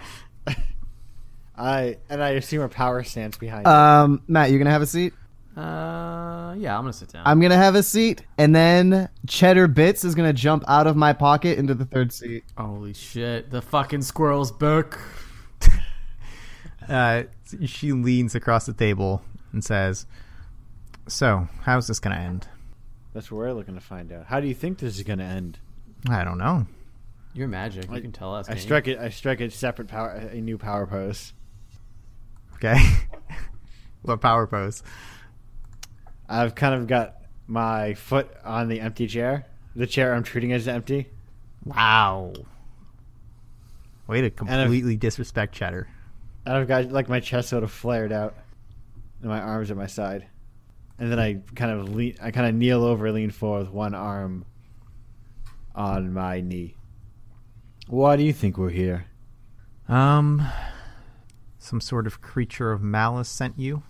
[SPEAKER 5] I and I assume her power stance behind. it.
[SPEAKER 2] Um, Matt, you gonna have a seat?
[SPEAKER 1] Uh, yeah, I'm gonna sit down.
[SPEAKER 2] I'm gonna have a seat, and then Cheddar Bits is gonna jump out of my pocket into the third seat.
[SPEAKER 1] Holy shit! The fucking squirrel's back.
[SPEAKER 3] Uh, she leans across the table and says, "So, how's this going to end?
[SPEAKER 5] That's what we're looking to find out. How do you think this is going to end?
[SPEAKER 3] I don't know.
[SPEAKER 1] You're magic. You
[SPEAKER 5] I-
[SPEAKER 1] can tell us.
[SPEAKER 5] I
[SPEAKER 1] can't you?
[SPEAKER 5] strike it. I strike it separate power. A new power pose.
[SPEAKER 3] Okay, what power pose?
[SPEAKER 5] I've kind of got my foot on the empty chair. The chair I'm treating as empty.
[SPEAKER 3] Wow, way to
[SPEAKER 5] if-
[SPEAKER 3] completely disrespect Cheddar.
[SPEAKER 5] And I've got like my chest sort of flared out, and my arms at my side. And then I kind of lean. I kind of kneel over, lean forward with one arm on my knee. Why do you think we're here?
[SPEAKER 3] Um, some sort of creature of malice sent you.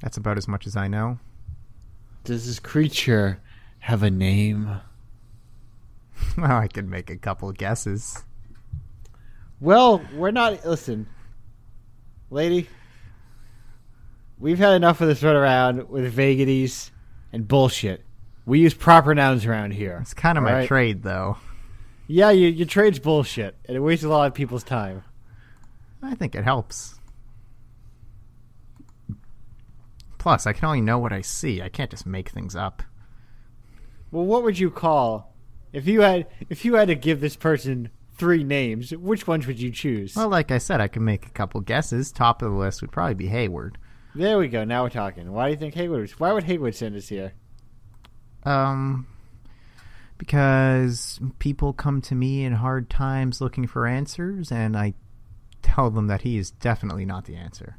[SPEAKER 3] That's about as much as I know.
[SPEAKER 5] Does this creature have a name?
[SPEAKER 3] Well, I could make a couple guesses.
[SPEAKER 5] Well, we're not. Listen, lady, we've had enough of this run around with vagaries and bullshit. We use proper nouns around here.
[SPEAKER 3] It's kind of my
[SPEAKER 5] Alright.
[SPEAKER 3] trade, though.
[SPEAKER 5] Yeah, you, your trade's bullshit, and it wastes a lot of people's time.
[SPEAKER 3] I think it helps. Plus, I can only know what I see. I can't just make things up.
[SPEAKER 5] Well, what would you call if you had if you had to give this person three names? Which ones would you choose?
[SPEAKER 3] Well, like I said, I can make a couple guesses. Top of the list would probably be Hayward.
[SPEAKER 5] there we go. Now we're talking. Why do you think Hayward? Why would Hayward send us here?
[SPEAKER 3] Um, because people come to me in hard times looking for answers, and I tell them that he is definitely not the answer.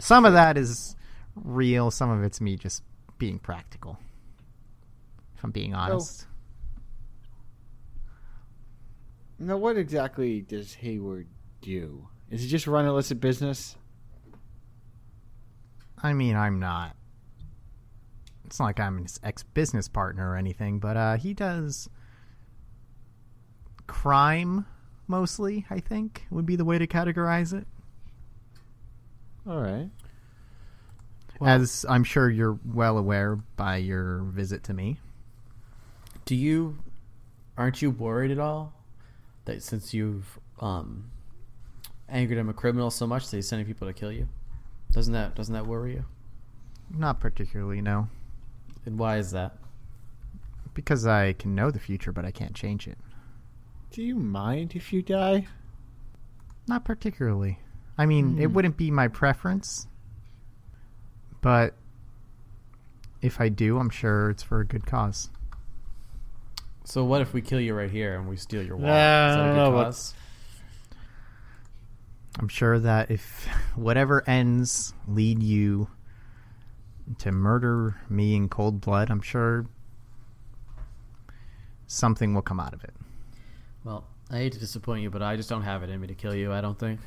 [SPEAKER 3] Some of that is real, some of it's me just being practical. If I'm being honest.
[SPEAKER 5] Now, what exactly does Hayward do? Is he just run illicit business?
[SPEAKER 3] I mean, I'm not. It's not like I'm his ex business partner or anything, but uh, he does crime mostly, I think, would be the way to categorize it.
[SPEAKER 5] All right.
[SPEAKER 3] As I'm sure you're well aware by your visit to me.
[SPEAKER 1] Do you aren't you worried at all that since you've um, angered him a criminal so much that he's sending people to kill you? Doesn't that doesn't that worry you?
[SPEAKER 3] Not particularly, no.
[SPEAKER 1] And why is that?
[SPEAKER 3] Because I can know the future, but I can't change it.
[SPEAKER 5] Do you mind if you die?
[SPEAKER 3] Not particularly. I mean, it
[SPEAKER 5] Hmm.
[SPEAKER 3] wouldn't be my preference, but if I do, I'm sure it's for a good cause.
[SPEAKER 1] So what if we kill you right here and we steal your wallet?
[SPEAKER 5] Nah,
[SPEAKER 1] is that
[SPEAKER 5] I
[SPEAKER 1] a
[SPEAKER 5] don't
[SPEAKER 1] good
[SPEAKER 5] know, but-
[SPEAKER 1] cause?
[SPEAKER 3] I'm sure that if whatever ends lead you to murder me in cold blood, I'm sure something will come out of it.
[SPEAKER 1] Well, I hate to disappoint you, but I just don't have it in me to kill you. I don't think.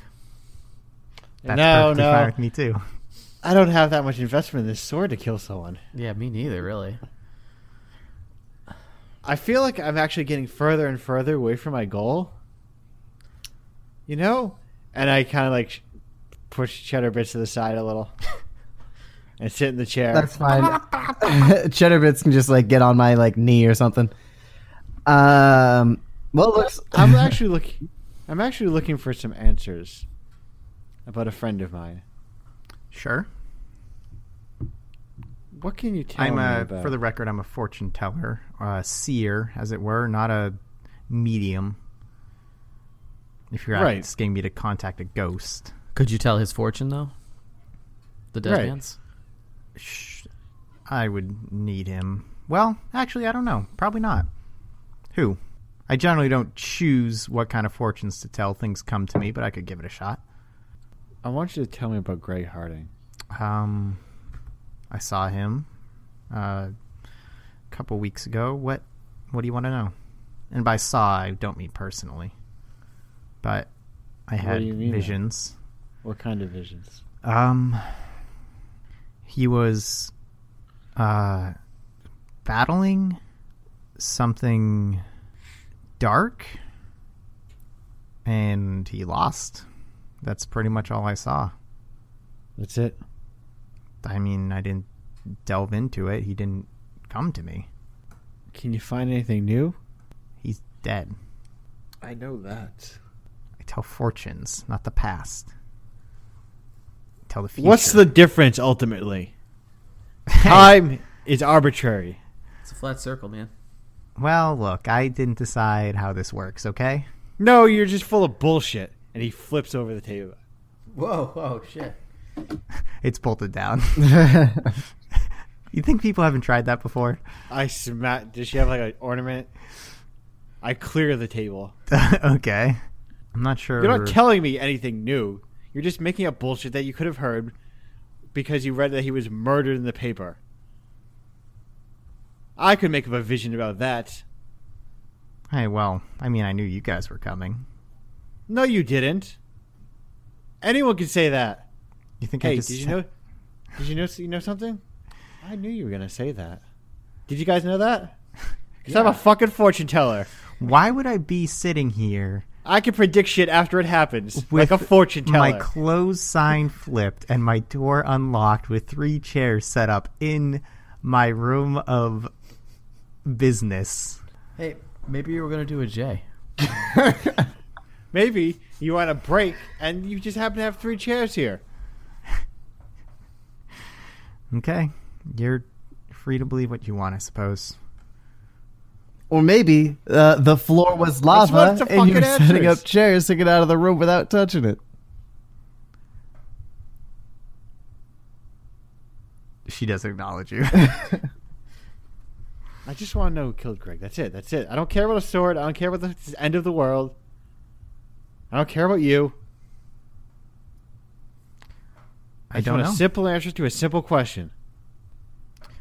[SPEAKER 3] That's
[SPEAKER 5] no,
[SPEAKER 3] perfectly fine
[SPEAKER 5] no.
[SPEAKER 3] with me too.
[SPEAKER 5] I don't have that much investment in this sword to kill someone.
[SPEAKER 1] Yeah, me neither, really.
[SPEAKER 5] I feel like I'm actually getting further and further away from my goal. You know? And I kind of like sh- push Cheddar Bits to the side a little and sit in the chair.
[SPEAKER 2] That's fine. Cheddar bits can just like get on my like knee or something. Um. Well, it looks.
[SPEAKER 5] I'm actually looking. I'm actually looking for some answers about a friend of mine.
[SPEAKER 3] Sure.
[SPEAKER 5] What can you tell
[SPEAKER 3] I'm
[SPEAKER 5] me
[SPEAKER 3] a,
[SPEAKER 5] about?
[SPEAKER 3] for the record, I'm a fortune teller, a seer, as it were, not a medium. If you're
[SPEAKER 5] Right.
[SPEAKER 3] asking me to contact a ghost,
[SPEAKER 1] Could you tell his fortune though? The dead
[SPEAKER 5] Right.
[SPEAKER 1] man's.
[SPEAKER 3] sh- I would need him. Well, actually, I don't know. Probably not. Who? I generally don't choose what kind of fortunes to tell. Things come to me, but I could give it a shot.
[SPEAKER 5] I want you to tell me about Gray Harding.
[SPEAKER 3] Um, I saw him uh, a couple weeks ago. What What do you want to know? And by saw, I don't mean personally, but I had
[SPEAKER 5] do you mean by-
[SPEAKER 3] visions.
[SPEAKER 5] What kind of visions?
[SPEAKER 3] Um, he was uh, battling something dark, and he lost. That's pretty much all I saw.
[SPEAKER 5] That's it.
[SPEAKER 3] I mean, I didn't delve into it. He didn't come to me.
[SPEAKER 5] Can you find anything new?
[SPEAKER 3] He's dead.
[SPEAKER 5] I know that.
[SPEAKER 3] I tell fortunes, not the past. I tell the future.
[SPEAKER 5] What's the difference ultimately?
[SPEAKER 3] Hey,
[SPEAKER 5] Time is arbitrary.
[SPEAKER 1] It's a flat circle, man.
[SPEAKER 3] Well, look, I didn't decide how this works. Okay.
[SPEAKER 5] No, you're just full of bullshit. And he flips over the table.
[SPEAKER 1] Whoa, whoa, shit.
[SPEAKER 3] It's bolted down. you think people haven't tried that before?
[SPEAKER 5] I smack. Does she have like an ornament? I clear the table.
[SPEAKER 3] okay. I'm not sure.
[SPEAKER 5] You're not telling me anything new. You're just making up bullshit that you could have heard because you read that he was murdered in the paper. I could make up a vision about that.
[SPEAKER 3] hey, well, I mean, I knew you guys were coming.
[SPEAKER 5] No, you didn't. Anyone could say that.
[SPEAKER 3] You think I
[SPEAKER 5] Hey,
[SPEAKER 3] just?
[SPEAKER 5] did you know? Did you know? You know something? I knew you were gonna say that. Did you guys know that? Because I'm a fucking fortune teller.
[SPEAKER 3] Why would I be sitting here
[SPEAKER 5] I can predict shit after it happens,
[SPEAKER 3] with
[SPEAKER 5] like a fortune teller.
[SPEAKER 3] My clothes sign flipped and my door unlocked with three chairs set up in my room of business.
[SPEAKER 1] Hey, maybe you were gonna do a J.
[SPEAKER 5] Maybe you want a break and you just happen to have three chairs here.
[SPEAKER 3] Okay, you're free to believe what you want, I suppose.
[SPEAKER 2] or maybe uh, the floor was
[SPEAKER 5] Let's
[SPEAKER 2] lava
[SPEAKER 5] want some
[SPEAKER 2] and you were
[SPEAKER 5] fucking
[SPEAKER 2] setting
[SPEAKER 5] answers.
[SPEAKER 2] up chairs to get out of the room without touching it.
[SPEAKER 3] She does acknowledge you.
[SPEAKER 5] I just want to know who killed Greg. That's it. That's it. I don't care about a sword. I don't care about the it's the end of the world. I don't care about you.
[SPEAKER 3] I
[SPEAKER 5] just
[SPEAKER 3] don't
[SPEAKER 5] want
[SPEAKER 3] know.
[SPEAKER 5] a simple answer to a simple question.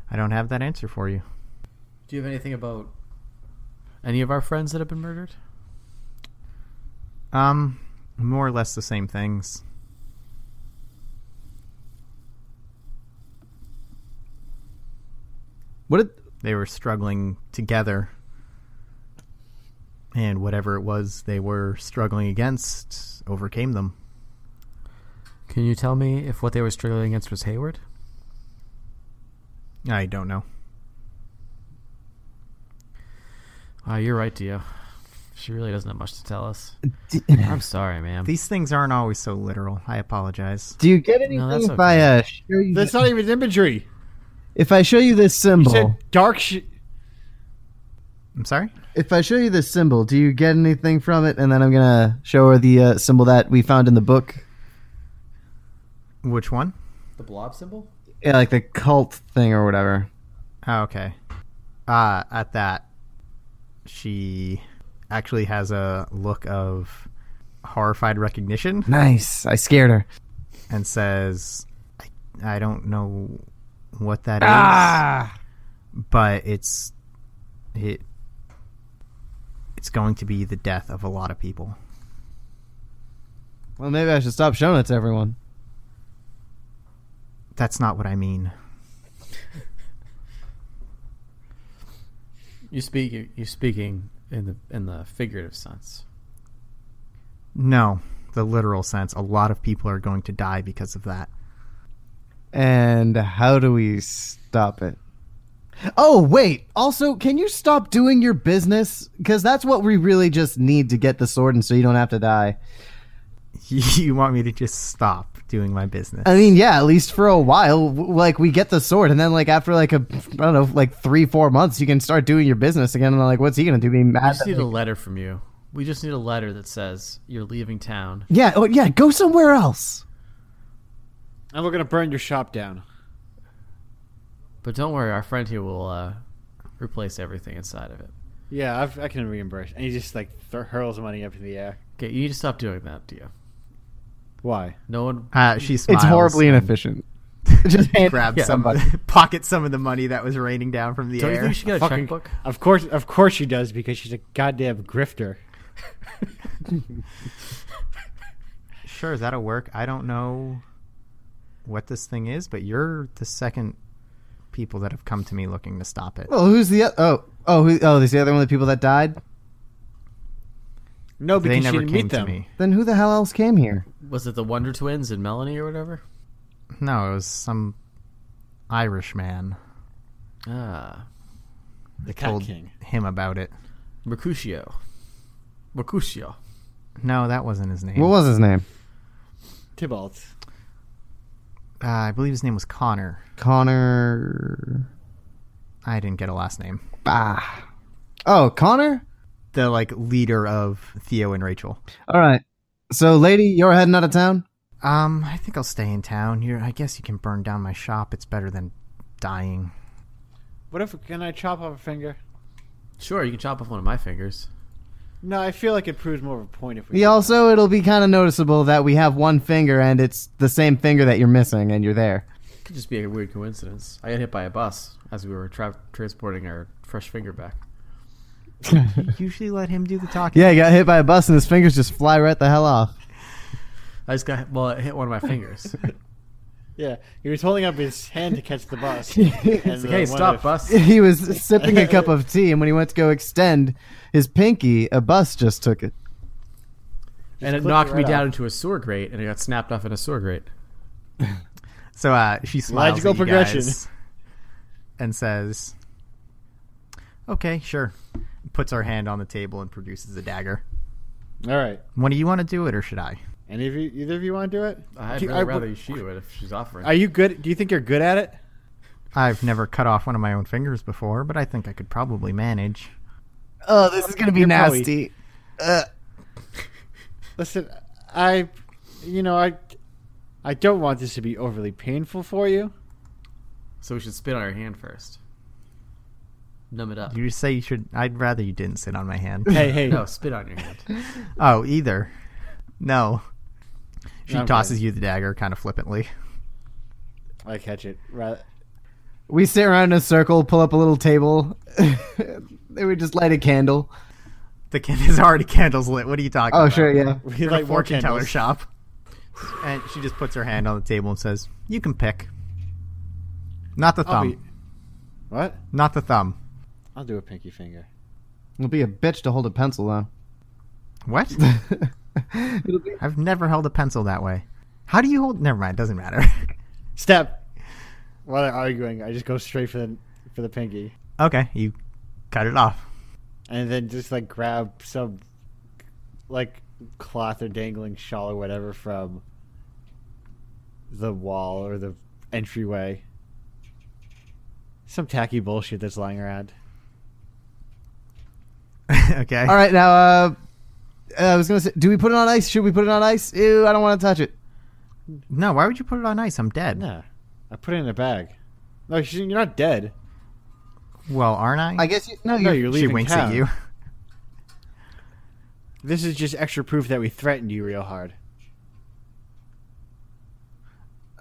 [SPEAKER 3] I don't have that answer for you.
[SPEAKER 1] Do you have anything about any of our friends that have been murdered?
[SPEAKER 3] Um, more or less the same things.
[SPEAKER 2] What did
[SPEAKER 3] They were struggling together, and whatever it was they were struggling against overcame them.
[SPEAKER 1] Can you tell me if what they were struggling against was Hayward?
[SPEAKER 3] I don't know.
[SPEAKER 1] Ah, you're right, Dio. She really doesn't have much to tell us. I'm sorry, ma'am.
[SPEAKER 3] These things aren't always so literal. I apologize.
[SPEAKER 2] do you get anything
[SPEAKER 1] No, that's
[SPEAKER 2] if I
[SPEAKER 1] okay.
[SPEAKER 2] uh, show you
[SPEAKER 5] That's not even imagery.
[SPEAKER 2] if I show you this
[SPEAKER 5] You
[SPEAKER 2] symbol?
[SPEAKER 5] said dark sh-
[SPEAKER 3] I'm sorry.
[SPEAKER 2] if I show you this symbol, do you get anything from it? And then I'm gonna show her the uh, symbol that we found in the book,
[SPEAKER 3] Which one?
[SPEAKER 1] the blob symbol?
[SPEAKER 2] yeah, like the cult thing or whatever.
[SPEAKER 3] Oh, okay. Uh, at that, she actually has a look of horrified recognition
[SPEAKER 2] Nice. I scared her.
[SPEAKER 3] and says, I, I don't know what that is,
[SPEAKER 2] Ah!
[SPEAKER 3] but it's it it's going to be the death of a lot of people.
[SPEAKER 2] Well, maybe I should stop showing it to everyone.
[SPEAKER 3] That's not what I mean.
[SPEAKER 1] You speak. You're speaking in the in the figurative sense.
[SPEAKER 3] No, the literal sense. A lot of people are going to die because of that.
[SPEAKER 2] And how do we stop it? Oh, wait. Also, can you stop doing your business? Because that's what we really just need to get the sword and so you don't have to die.
[SPEAKER 3] You want me to just stop doing my business?
[SPEAKER 2] I mean, yeah, at least for a while. w- Like, we get the sword, and then, like, after, like, a, I don't know, like three, four months, you can start doing your business again. And, like, what's he going to do? Be
[SPEAKER 1] We
[SPEAKER 2] mad?
[SPEAKER 1] just
[SPEAKER 2] that-
[SPEAKER 1] need a letter from you. We just need a letter that says you're leaving town.
[SPEAKER 2] yeah, oh, yeah, go somewhere else.
[SPEAKER 5] and we're gonna burn your shop down.
[SPEAKER 1] But don't worry, our friend here will uh, replace everything inside of it.
[SPEAKER 5] Yeah, I've, I can reimburse. And he just like th- hurls money up in the air.
[SPEAKER 1] Okay, you need to stop doing that, Dio.
[SPEAKER 5] Why?
[SPEAKER 1] No one.
[SPEAKER 3] Uh, she smiles.
[SPEAKER 2] it's horribly
[SPEAKER 3] and
[SPEAKER 2] inefficient. Just hand
[SPEAKER 3] Grab
[SPEAKER 2] yeah,
[SPEAKER 3] some,
[SPEAKER 2] somebody.
[SPEAKER 3] pocket some of the money that was raining down from the
[SPEAKER 1] Don't
[SPEAKER 3] air.
[SPEAKER 1] you think she got a
[SPEAKER 5] Fucking-
[SPEAKER 1] checkbook?
[SPEAKER 5] Of course, of course she does because she's a goddamn grifter.
[SPEAKER 3] Sure, that'll work. I don't know what this thing is, but you're the second people that have come to me looking to stop it.
[SPEAKER 2] Well, who's the o- oh oh who, oh? There's the other one of the people that died.
[SPEAKER 5] No, because
[SPEAKER 3] they
[SPEAKER 5] she
[SPEAKER 3] never
[SPEAKER 5] didn't
[SPEAKER 3] came
[SPEAKER 5] meet
[SPEAKER 3] to
[SPEAKER 5] them.
[SPEAKER 3] me.
[SPEAKER 2] Then who the hell else came here?
[SPEAKER 1] Was it the Wonder Twins and Melanie or whatever?
[SPEAKER 3] No, it was some Irish man.
[SPEAKER 1] Ah,
[SPEAKER 5] The Cat
[SPEAKER 3] Told
[SPEAKER 5] King.
[SPEAKER 3] him about it.
[SPEAKER 1] Mercutio. Mercutio.
[SPEAKER 3] No, that wasn't his name.
[SPEAKER 2] What was his name?
[SPEAKER 5] Tybalt.
[SPEAKER 3] Uh, I believe his name was Connor.
[SPEAKER 2] Connor.
[SPEAKER 3] I didn't get a last name.
[SPEAKER 2] Ah. Oh, Connor.
[SPEAKER 3] The like leader of Theo and Rachel.
[SPEAKER 2] All right. So, lady, you're heading out of town.
[SPEAKER 3] Um, I think I'll stay in town. You're, I guess you can burn down my shop. It's better than dying.
[SPEAKER 5] What if can I chop off a finger?
[SPEAKER 1] Sure, you can chop off one of my fingers.
[SPEAKER 5] No, I feel like it proves more of a point if we.
[SPEAKER 2] Yeah, also, it'll be kind of noticeable that we have one finger, and it's the same finger that you're missing, and you're there.
[SPEAKER 1] Could just be a weird coincidence. I got hit by a bus as we were tra- transporting our fresh finger back.
[SPEAKER 3] Usually let him do the talking.
[SPEAKER 2] Yeah, he got hit by a bus, and his fingers just fly right the hell off.
[SPEAKER 1] I just got well, it hit one of my fingers.
[SPEAKER 5] yeah. He was holding up his hand to catch the bus.
[SPEAKER 2] It's
[SPEAKER 1] It's like, hey, stop,
[SPEAKER 5] bus.
[SPEAKER 1] bus.
[SPEAKER 2] He was sipping a cup of tea, and when he went to go extend his pinky, a bus just took it.
[SPEAKER 1] and it
[SPEAKER 5] clipped
[SPEAKER 1] knocked
[SPEAKER 5] it
[SPEAKER 1] me
[SPEAKER 5] right
[SPEAKER 1] down
[SPEAKER 5] off.
[SPEAKER 1] into a sewer grate, and it got snapped off in a sewer grate.
[SPEAKER 3] So uh, she smiles
[SPEAKER 5] Logical
[SPEAKER 3] at you
[SPEAKER 5] progression.
[SPEAKER 3] guys and says, "Okay, sure." Puts her hand on the table and produces a dagger.
[SPEAKER 5] All right.
[SPEAKER 3] What do you want to do it, or should I?
[SPEAKER 5] Any of you, either of you want to do it?
[SPEAKER 1] I'd
[SPEAKER 5] Do you-
[SPEAKER 1] really
[SPEAKER 5] I would-
[SPEAKER 1] rather you shoot it if she's offering.
[SPEAKER 5] Are you good? Do you think you're good at it?
[SPEAKER 3] I've never cut off one of my own fingers before, but I think I could probably manage.
[SPEAKER 2] Oh, this is gonna be
[SPEAKER 5] You're probably-
[SPEAKER 2] nasty. Uh,
[SPEAKER 5] Listen, I, you know, I, I don't want this to be overly painful for you.
[SPEAKER 1] so we should spit on her hand first. Numb it up.
[SPEAKER 3] You just say you should. I'd rather you didn't sit on my hand.
[SPEAKER 5] Hey, hey,
[SPEAKER 1] No, spit on your hand.
[SPEAKER 3] oh, either. No. She
[SPEAKER 5] I'm
[SPEAKER 3] tosses
[SPEAKER 5] good.
[SPEAKER 3] you the dagger kind of flippantly.
[SPEAKER 5] I catch it. Rather,
[SPEAKER 2] we sit around in a circle, pull up a little table, and we just light a candle.
[SPEAKER 3] The can- there's already candles lit. What are you talking
[SPEAKER 2] Oh,
[SPEAKER 3] about?
[SPEAKER 2] sure, yeah.
[SPEAKER 5] We like
[SPEAKER 3] Like
[SPEAKER 5] more
[SPEAKER 3] fortune teller
[SPEAKER 5] candles.
[SPEAKER 3] shop. And she just puts her hand on the table and says, "You can pick." Not the
[SPEAKER 5] I'll
[SPEAKER 3] thumb.
[SPEAKER 5] be, what?
[SPEAKER 3] Not the thumb.
[SPEAKER 5] I'll do a pinky finger.
[SPEAKER 2] It'll be a bitch to hold a pencil though.
[SPEAKER 3] What?
[SPEAKER 2] It'll be-
[SPEAKER 3] I've never held a pencil that way. How do you hold? Never mind. Doesn't matter.
[SPEAKER 5] Step. While they're arguing, I just go straight for the for the pinky,
[SPEAKER 3] okay, you cut it off.
[SPEAKER 5] and then just like grab some like cloth or dangling shawl or whatever from the wall or the entryway. Some tacky bullshit that's lying around.
[SPEAKER 3] okay.
[SPEAKER 2] All right, now uh, I was gonna say, do we put it on ice? Should we put it on ice? Ew, I don't want to touch it.
[SPEAKER 3] No, why would you put it on ice? I'm dead.
[SPEAKER 5] No, I put it in a bag. No, she- you're not dead.
[SPEAKER 3] Well, aren't I?
[SPEAKER 2] I guess you no,
[SPEAKER 5] No,
[SPEAKER 2] you
[SPEAKER 5] you're
[SPEAKER 3] she
[SPEAKER 5] leaving
[SPEAKER 3] winks
[SPEAKER 5] town.
[SPEAKER 3] at you.
[SPEAKER 5] This is just extra proof that we threatened you real hard.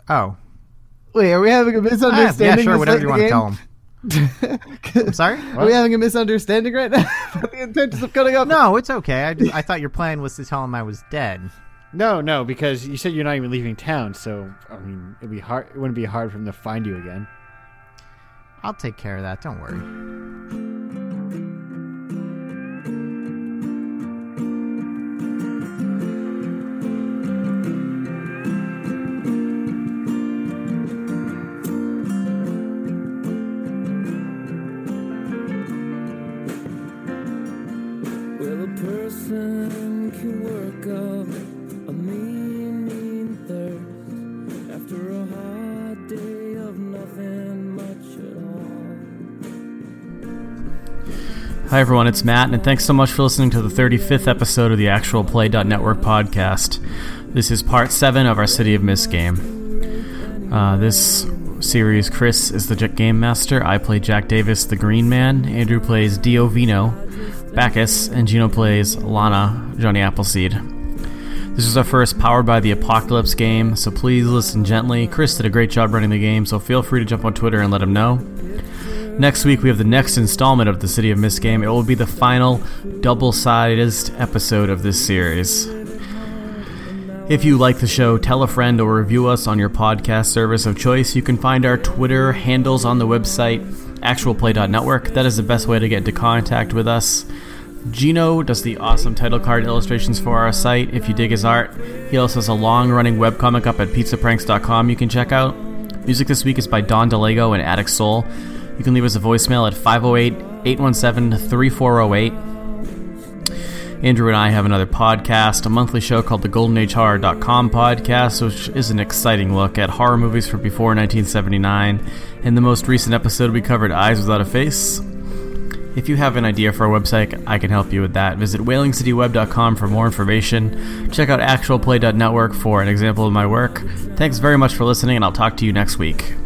[SPEAKER 3] Oh,
[SPEAKER 2] wait. Are we having a
[SPEAKER 3] ah,
[SPEAKER 2] misunderstanding?
[SPEAKER 3] yeah, sure.
[SPEAKER 2] this
[SPEAKER 3] Whatever
[SPEAKER 2] late
[SPEAKER 3] you
[SPEAKER 2] in
[SPEAKER 3] want to
[SPEAKER 2] the
[SPEAKER 3] tell him.
[SPEAKER 2] game?
[SPEAKER 3] Sorry?
[SPEAKER 2] Are we having a misunderstanding right now? about the intentions of cutting up?
[SPEAKER 3] No, it's okay. I just, I thought your plan was to tell him I was dead.
[SPEAKER 5] No, no, because you said you're not even leaving town, so I mean, it'd be hard. It wouldn't be hard for them to find you again.
[SPEAKER 3] I'll take care of that. Don't worry.
[SPEAKER 4] Well, a person can work up a mean, mean thirst after a hard day of nothing much at all.
[SPEAKER 1] Hi, everyone, it's Matt, and thanks so much for listening to the 35th episode of the Actual Play.network podcast. This is part 7 of our City of Mist game. Uh, this series, Chris is the J- Game Master. I play Jack Davis, the Green Man. Andrew plays Dio Vino, Bacchus, and Gino plays Lana, Johnny Appleseed. This is our first Powered by the Apocalypse game, so please listen gently. Chris did a great job running the game, so feel free to jump on Twitter and let him know. Next week, we have the next installment of the City of Mist game. It will be the final double sized episode of this series. If you like the show, tell a friend or review us on your podcast service of choice. You can find our Twitter handles on the website, actualplay.network. That is the best way to get into contact with us. Gino does the awesome title card illustrations for our site. If you dig his art, he also has a long running webcomic up at pizzapranks.com you can check out. Music this week is by Don DeLego and Attic Soul. You can leave us a voicemail at 508 817 3408. Andrew and I have another podcast, a monthly show called the GoldenAgeHorror.com podcast, which is an exciting look at horror movies from before 1979. In the most recent episode, we covered Eyes Without a Face. If you have an idea for a website, I can help you with that. Visit whalingcityweb.com for more information. Check out actualplay.network for an example of my work. Thanks very much for listening, and I'll talk to you next week.